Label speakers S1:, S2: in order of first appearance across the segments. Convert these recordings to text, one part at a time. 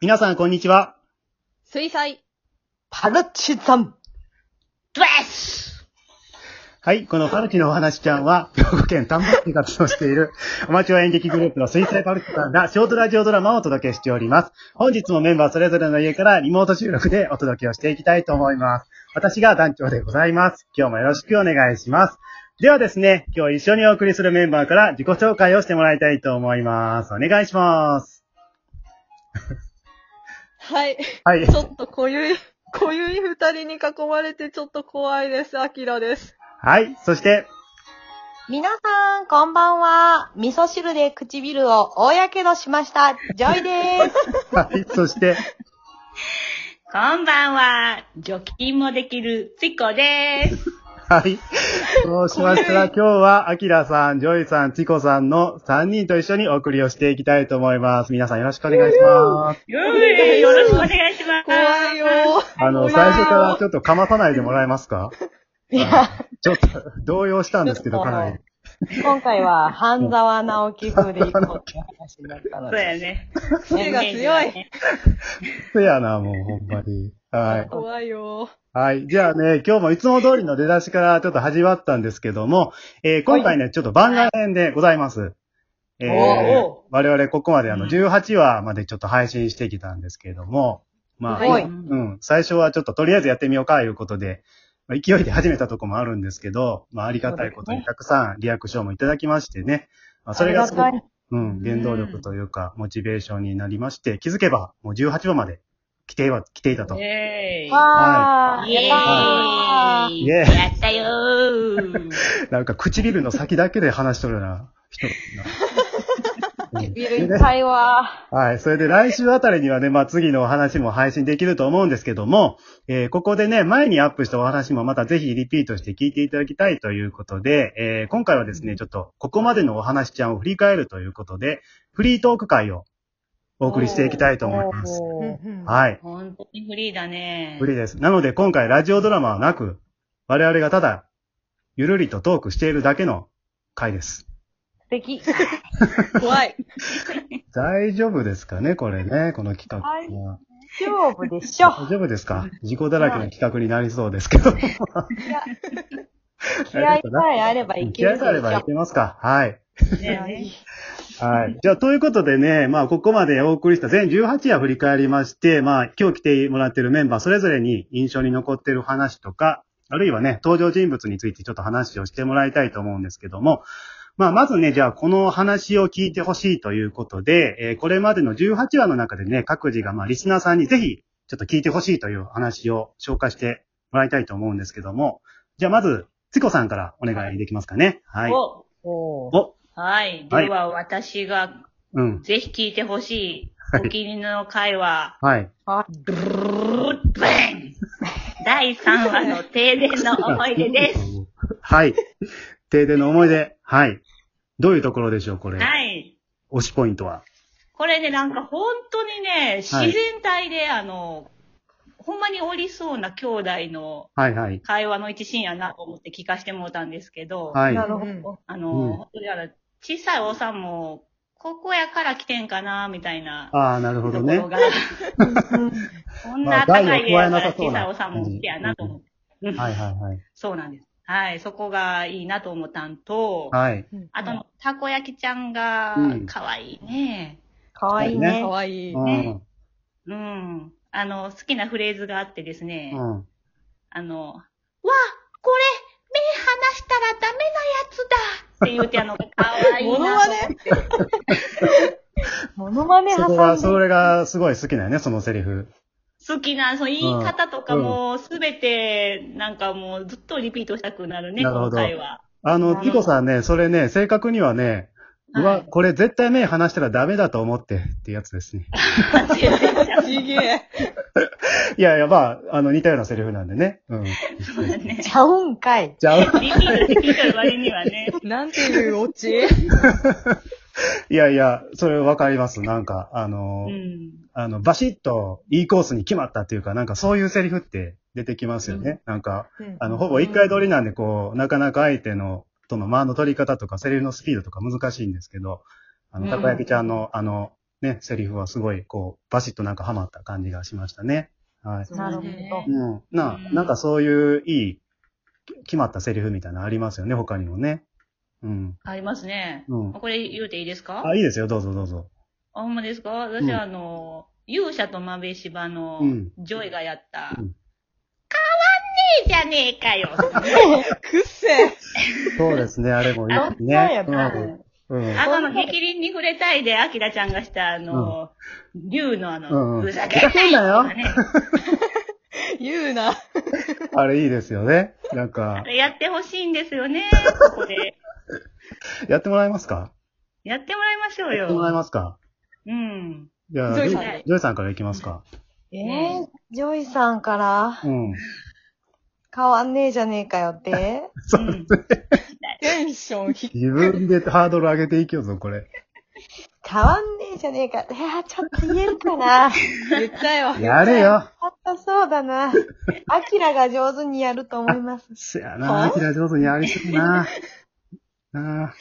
S1: 皆さん、こんにちは。
S2: 水彩、
S3: パルチザン
S2: ドレス
S1: はい、このパルキのお話ちゃんは、兵庫県丹波市で活動している、アマチュア演劇グループの水彩パルキさんが、ショートラジオドラマをお届けしております。本日もメンバーそれぞれの家からリモート収録でお届けをしていきたいと思います。私が団長でございます。今日もよろしくお願いします。ではですね、今日一緒にお送りするメンバーから自己紹介をしてもらいたいと思います。お願いします。
S2: はい。
S1: はい
S2: ち。ょっと濃ゆい、濃ゆい二人に囲まれてちょっと怖いです。アキラです。
S1: はい。そして、
S3: 皆さん、こんばんは。味噌汁で唇を大やけどしました。ジョイです。
S1: はい。そして、
S4: こんばんは。除菌もできる、ついこです。
S1: はい。そうしましたら、今日は、アキラさん、ジョイさん、チコさんの3人と一緒にお送りをしていきたいと思います。皆さんよろしくお願いします。
S4: よーいよろしくお願いします。
S2: 怖いよ
S1: あの、最初からちょっとかまさないでもらえますか
S3: いや、
S1: ちょっと動揺したんですけど、かなり。
S3: 今回は半沢直樹風で行こうって話になったの
S4: そうや
S3: で。
S4: ね。
S2: 癖が強い。
S1: せやな、もう、ほんまに。はい。
S2: 怖いよ
S1: はい。じゃあね、今日もいつも通りの出だしからちょっと始まったんですけども、えー今回ね、ちょっと番外編でございます。えー
S3: お
S1: 我々ここまであの、18話までちょっと配信してきたんですけども、まあ、
S2: は
S3: いう
S1: うんん。最初はちょっととりあえずやってみようか、いうことで、まあ勢いで始めたとこもあるんですけど、まあ、ありがたいことにたくさんリアクションもいただきましてね。まあ、それがすご
S3: あ
S1: く
S3: りがたい
S1: うん、原動力というか、モチベーションになりまして、気づけば、もう18話まで来ては、来ていたと。
S4: イェーイ。
S3: わー、
S4: イエ
S3: やったー
S4: ー
S1: イ
S4: イ。
S1: エ
S4: や
S1: ーイ
S4: ったよー。
S1: なんか唇の先だけで話しとるような 人だな。うん
S3: ビルいっぱいは。
S1: はい。それで来週あたりにはね、まあ次のお話も配信できると思うんですけども、えーここでね、前にアップしたお話もまたぜひリピートして聞いていただきたいということで、えー今回はですね、ちょっとここまでのお話ちゃんを振り返るということで、フリートーク会をお送りしていきたいと思います。
S2: ー。
S3: おー
S1: はい。
S4: 本当にフリーだね。
S1: 無理です。なので今回ラジオドラマはなく、我々がただ、ゆるりとトークしているだけの回です。
S3: 素敵。
S2: 怖い。
S1: 大丈夫ですかね、これね、この企画は。
S3: 勝負でしょ。
S1: 大丈夫ですか事故だらけの企画になりそうですけど。
S3: 気合さえあればい
S1: 気
S3: ける
S1: 合
S3: でし
S1: があればい
S3: ょ。
S1: けますかはい。
S4: ね。
S1: はい。じゃあ、ということでね、まあ、ここまでお送りした全18夜振り返りまして、まあ、今日来てもらってるメンバーそれぞれに印象に残ってる話とか、あるいはね、登場人物についてちょっと話をしてもらいたいと思うんですけども、まあ、まずね、じゃあ、この話を聞いてほしいということで、えーこれまでの18話の中でね、各自が、まあ、リスナーさんにぜひ、ちょっと聞いてほしいという話を紹介してもらいたいと思うんですけども、じゃあ、まず、つこさんからお願いできますかね。はい。
S4: お
S3: おー
S1: お、
S4: はい。では、私が
S1: うん。
S4: ぜひ聞いてほし
S1: はい
S4: い、お気に入りの回は、
S1: はい。
S4: ブルーッバン第3話の停電の思い出です。
S1: はい。停電の思い出。はい。どういうところでしょう、これ。
S4: はい。
S1: 推しポイントは。
S4: これね、なんか本当にね、自然体で、あの、ほんまにおりそうな兄弟の
S1: はいはい。
S4: 会話の一シーンやなと思って聞かしてもらったんですけど、
S1: はい。は
S3: なるほ
S4: あの、
S1: うん
S4: 本当にあの小さいおさんも、ここやから来てんかな、みたいな
S1: ああ、なる
S4: と
S1: ほ
S4: こ
S1: ど
S4: ろ
S1: ね。
S4: が、
S3: ど。うん
S4: こんな高い家やから小さいおさんも好きやなと思って。うん
S1: はいはいはい。
S4: そうなんです。はい、そこがいいなと思ったんと、
S1: はい。
S4: あとの、たこ焼きちゃんが
S1: うん、
S4: 可愛いね。
S3: かわいい
S1: ね
S3: ね。
S2: 怖い。
S1: うん。
S4: うん。あの、好きなフレーズがあってですね、
S1: うん。
S4: あの、わこれ、目離したらダメなやつだって言うて、あの、かわいいなと思って。
S2: モノマ ネ
S3: モノマネ
S1: そ
S3: 挟ん
S1: こ
S3: で。
S1: が、それがすごい好きだよね、そのセリフ。
S4: 好きな、その言い方とかも、すべて、なんかもうずっとリピートしたくなるね、
S1: なるほ
S4: 今
S1: ど
S4: 回は。
S1: あ
S3: う
S1: の、
S3: ん
S1: ピコさんね、それね、正確にはね、う
S4: は
S1: わ、
S4: い
S1: これ絶対目離したらダメだと思ってってやつです ね。
S2: ちげえ。
S1: いやいや、まあ、あの、似たようなセリフなんでね。うん。
S4: そうだ ね。
S3: ちゃうんかい。
S1: じゃ あ、
S4: リピートできる割にはね。
S2: なんていうオチ
S1: いやいや、それわかります。なんか、あの
S4: う
S1: ー
S4: ん。
S1: あの、バシッといいコースに決まったっていうか、なんかそういうセリフって出てきますよね。なんか、あの、ほぼ一回通りなんで、こう、なかなか相手の、との間の取り方とか、セリフのスピードとか難しいんですけど、あの、
S4: うん
S1: たこ焼きちゃんの、あの、ね、セリフはすごい、こう、バシッとなんかハマった感じがしましたね。はい。
S4: そう
S3: なるほ
S4: ね
S3: ど
S1: うん。な、なんかそういういい、決まったセリフみたいなのありますよね、他にもね。うん。
S4: ありますね。
S1: うん
S4: あこれ言うていいですか
S1: あ、いいですよ、どうぞどうぞ。
S4: あ、ほんまですか
S1: うん
S4: 私、あの、勇者と豆柴の
S1: うん、
S4: ジョイがやった、
S1: うん
S4: 変わんねえじゃね えかよ。
S2: くっせー
S1: そうですね、あれもいいです
S3: あそうや
S1: ね。
S3: な
S1: うん。うん。
S4: あの、あの、壁輪に触れたいで、アキラちゃんがした、あの、竜のあ
S1: うんう
S4: の、
S1: ん
S4: ふざけ
S1: ふざけんなよ
S4: ね
S2: 言うな。
S1: あれいいですよね。なん
S4: あ
S1: か、
S4: れやってほしいんですよね、ここで。
S1: やってもらえますか
S4: やってもらいましょう
S1: やってもらえ
S4: よ。
S1: ますか
S4: うん。
S1: じゃあ、
S2: ジ
S1: ジ
S2: ョ
S1: ョ
S2: イ
S1: イ
S2: さん
S1: ジョイさんからいきますか。
S3: えー、ジョイさんから、
S1: うん。
S3: 変わんねえじゃねえかよって。
S4: うん。
S2: テンション低い。
S1: 自分でハードル上げていきようぞ、これ。
S3: 変わんねえじゃねえか。いやー、ちょっと言えるかな。
S2: 言ったよ。
S1: やれよ
S3: あったそうだな。アキラが上手にやると思います。
S1: せやな、アキラ上手にやりすぎな。なあ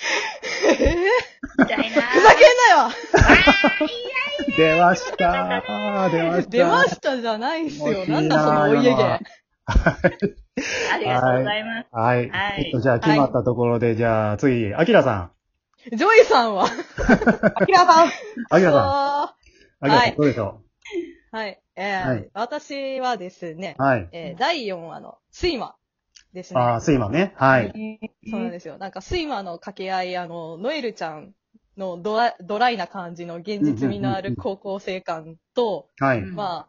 S2: えー、ふざけん
S4: みたいな。
S2: なよ
S1: 出ました出ました
S2: 出ましたじゃないっすよ。
S1: 気持ちい
S2: なん
S1: い
S2: だそのお家芸
S1: 今。
S4: ありがとうございます。
S1: はい。
S4: はい
S1: ちょっとじゃあ、決まったところで、じゃあ、次、アキラさ
S2: ジョイさんは
S3: アキラさん。
S1: ん。アキラさん。
S2: は
S1: アキラ
S2: は
S1: さ
S2: い
S1: ん、どうでしょ
S2: い。えー
S1: はい
S2: 私はですね、
S1: うはい。
S2: えー第4話の睡魔ですね。
S1: ああ、スイマね。はい。
S2: そうなんですよ。なんか睡魔の掛け合い、あの、ノエルちゃんのドラドライな感じの現実味のある高校生感と、
S1: は
S4: うん
S1: い。
S2: まあ、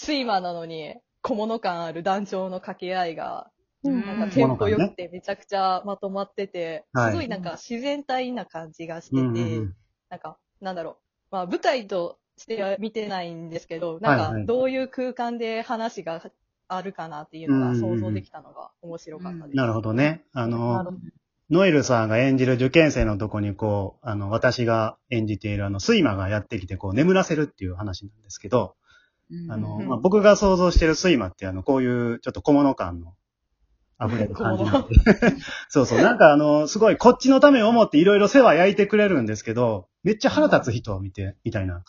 S2: 睡魔なのに小物感ある団長の掛け合いが、
S4: うん
S2: なんかテンポ良くてめちゃくちゃまとまってて、
S1: はい
S2: すごいなんか自然体な感じがして
S1: う
S2: て、
S1: んうんうん
S2: なんか、なんだろう。まあ、舞台としては見てないんですけど、な
S1: は
S2: ん
S1: いは
S2: か、
S1: い
S2: どういう空間で話があるかなっていうのが想像できたのが面白かったです。
S1: なるほどね。あ
S2: な
S1: の
S2: る、ほど
S1: ノエルさんが演じる受験生のとこに、こう、あの、私が演じている、あの、スイマがやってきて、こう、眠らせるっていう話なんですけど、あの、
S2: うん
S1: まあ、僕が想像しているスイマって、あの、こういう、ちょっと小物感の、溢れる感じなんで。 そうそう。なんか、あの、すごい、こっちのためを思っていろいろ世話焼いてくれるんですけど、めっちゃ腹立つ人を見て、みたいな。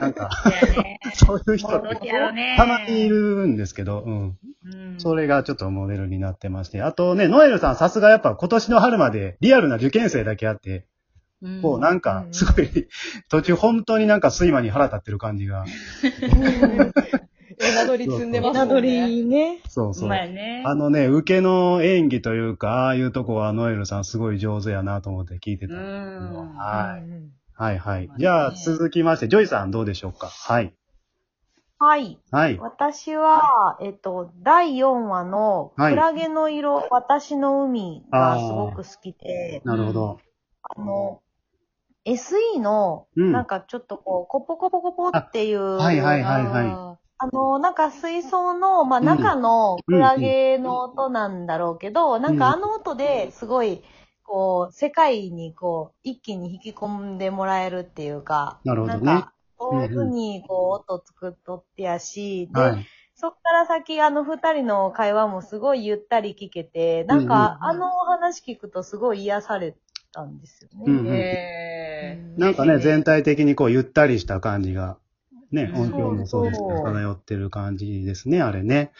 S1: なんか、
S4: そうやね。
S1: そういう人
S4: もうど
S1: っ、
S4: うしてやろうね。
S1: たまにいるんですけど、うん。
S4: うん。
S1: それがちょっとモデルになってまして。あとね、ノエルさんさすがやっぱ今年の春までリアルな受験生だけあって、
S4: うん
S1: こうなんかすごい、途中本当になんか睡魔に腹立ってる感じが。
S2: 枝取り積んでます
S3: な
S2: も
S3: ど
S2: んね。
S3: りね。
S1: そう
S4: う
S1: そう。
S4: まいね。
S1: あのね、受けの演技というか、ああいうとこはノエルさんすごい上手やなと思って聞いてたんですけど。
S4: うん
S1: はい。
S2: うん
S1: はいはい
S4: まあ。ね
S1: じゃあ続きまして、ジョイさんどうでしょうかはい。
S3: はい。
S1: はい。
S3: 私は、えっと、第4話の、
S1: はい
S3: クラゲの色、私の海がすごく好きで、
S1: なるほど。
S3: あの、SE の、
S1: うん
S3: なんかちょっとこう、コポコポコポっていう、あ,、
S1: はいはいはい
S2: あ
S3: の、なんか水槽の、まあ、
S1: うん
S3: 中のクラゲの音なんだろうけど、なんかあの音ですごい、こう、世界にこう、一気に引き込んでもらえるっていうか、
S1: なるほどね
S3: なんか、こういうふうにこう、音作っとってやし、で、
S1: はい。
S3: そっから先、あの二人の会話もすごいゆったり聞けて、なんか、
S4: うんうんうん
S3: あのお話聞くとすごい癒されたんですよ
S1: うん
S3: ね。
S2: ー
S1: うん。
S2: え
S1: なんかね、全体的にこうゆったりした感じが、ね、
S4: うん
S1: 音響もそうですけど、
S3: そう
S1: 漂ってる感じですね、あれね。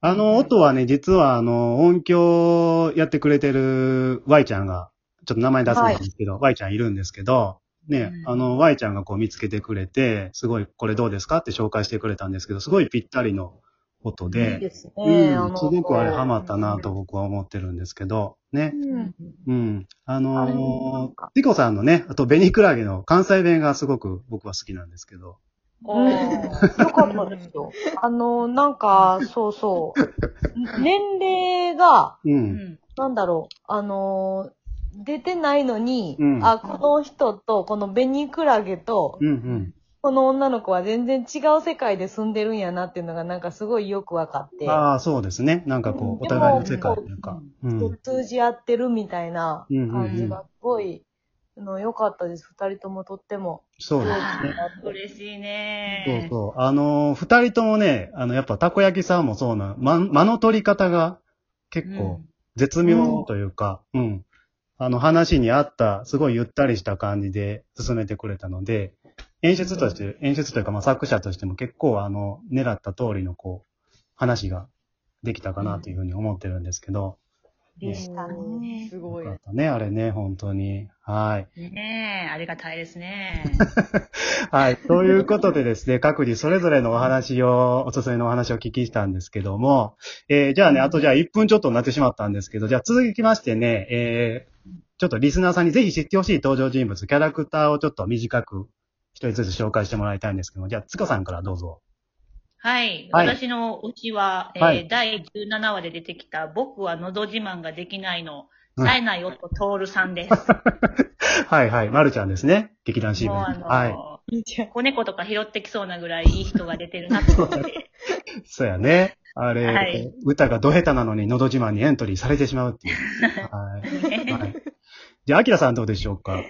S1: あの、音はね、実はあの、音響やってくれてる Y ちゃんが、ちょっと名前出せないんですけど、Y ちゃんいるんですけど、ね、
S4: うん
S1: あの、Y ちゃんがこう見つけてくれて、すごい、これどうですかって紹介してくれたんですけど、すごいぴったりの音
S4: いい
S1: で、
S3: すね
S1: うん、すごくあれハマったなと
S3: 思
S1: 僕は思ってるんですけど、ね。
S3: うん。
S1: うん。あ
S3: あれなん
S1: のー
S3: か、
S1: リコさんのね、あとベニクラゲの関西弁がすごく僕は好きなんですけど。
S4: おー
S3: よかったですよ。あの、なんか、そうそう。年齢が、
S1: う。
S4: うんん。
S3: なんだろう、あの、出てないのに、
S1: うん
S3: あ、この人と、このベニクラゲと
S1: う、んうん。
S3: この女の子は全然違う世界で住んでるんやなっていうのがなんかすごいよくわかって。
S1: ああ、そうですね。なんかこう、お互いの世界というか。う。
S3: こうん通じ合ってるみたいな
S1: うんうんうん
S3: 感じがすごい、あの、良かったです。二人ともとっても。
S1: そうです
S4: あ
S1: ね。
S4: ー嬉しい
S1: そう
S4: ね。
S1: そう。あのー二人ともね、あの、やっぱたこ焼きさんもそうな、ま、間の取り方が結構絶妙というか、うん。あの話に合った、すごいゆったりした感じで進めてくれたので、演出として、演出というか、まあ、作者としても結構、あの、狙った通りの、こう、話ができたかなというふうに思ってるんですけど。
S3: でしたね。
S2: すごい
S1: よか。ったね、あれね、本当に。はい。
S4: ねえ、ありがたいですね。
S1: はい。ということでですね、各自それぞれのお話を、おすすめのお話をお聞きしたんですけども、えー、じゃあね、あとじゃあ1分ちょっとになってしまったんですけど、じゃあ続きましてね、えー、ちょっとリスナーさんにぜひ知ってほしい登場人物、キャラクターをちょっと短く、一人ずつ紹介してもらいたいんですけども、じゃあ、つかさんからどうぞ。
S4: はい。
S1: はい
S4: 私の推しは、えー
S1: はい
S4: 第17話で出てきた、僕は喉自慢ができない
S1: う
S4: の、
S1: ん
S4: 冴えない夫、徹さ んです。
S1: はいはい、まるちゃんですね。劇団 CM。
S4: もうあの、
S1: はい。
S4: 子猫とか拾ってきそうなぐらいいい人が出てるなと思って。
S1: そうやね。あれ、
S4: はい
S1: 歌がド下手なのに、のど自慢にエントリーされてしまうって いう。はい。はい、じゃあ、アキラさんどうでしょうか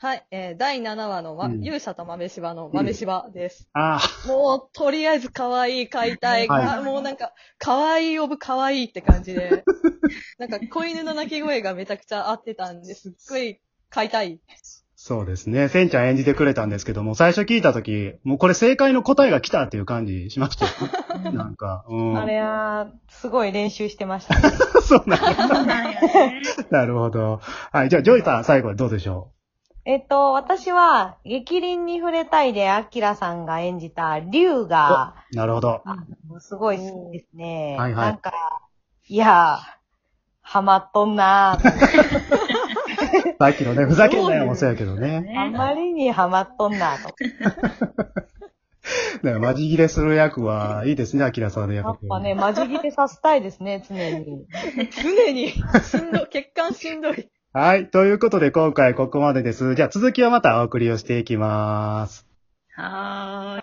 S2: はい、えー第7話の、ま
S1: うん
S2: 勇者と豆柴の豆柴です。
S1: あ
S2: もう、とりあえず可愛い解体、
S1: はい
S2: あもうなんか、可愛いオブ可愛いって感じで、 なんか子犬の鳴き声がめちゃくちゃ合ってたんで、すっごい解体。
S1: そうですね。センちゃん演じてくれたんですけども、最初聞いたとき、もうこれ正解の答えが来たっていう感じしましたよ。 なんか、うん。
S3: あれは、すごい練習してましたね。
S1: そうなの。
S4: そうなんやね
S1: なるほど。はい。じゃあ、ジョイさん、最後どうでしょ
S3: えっと、私は、激凛に触れたいで、アキラさんが演じた、竜が、
S1: うなるほど。
S3: すごい好きですね。
S1: はいはい
S3: なんか、いやー、ハマっとんなーって
S1: さっきのね、ふざけんなよもそうやけどね。
S3: あまりにハマっとんな ーと。
S1: だから、まじ切れする役はいいですね、アキラさんの
S3: や
S1: 役
S3: っぱね、マジ切れさせたいですね、常に。
S2: 常に、しんどい、血管しんどい。
S1: はい。ということで、今回ここまでです。じゃあ、続きはまたお送りをしていきます。
S4: はーい。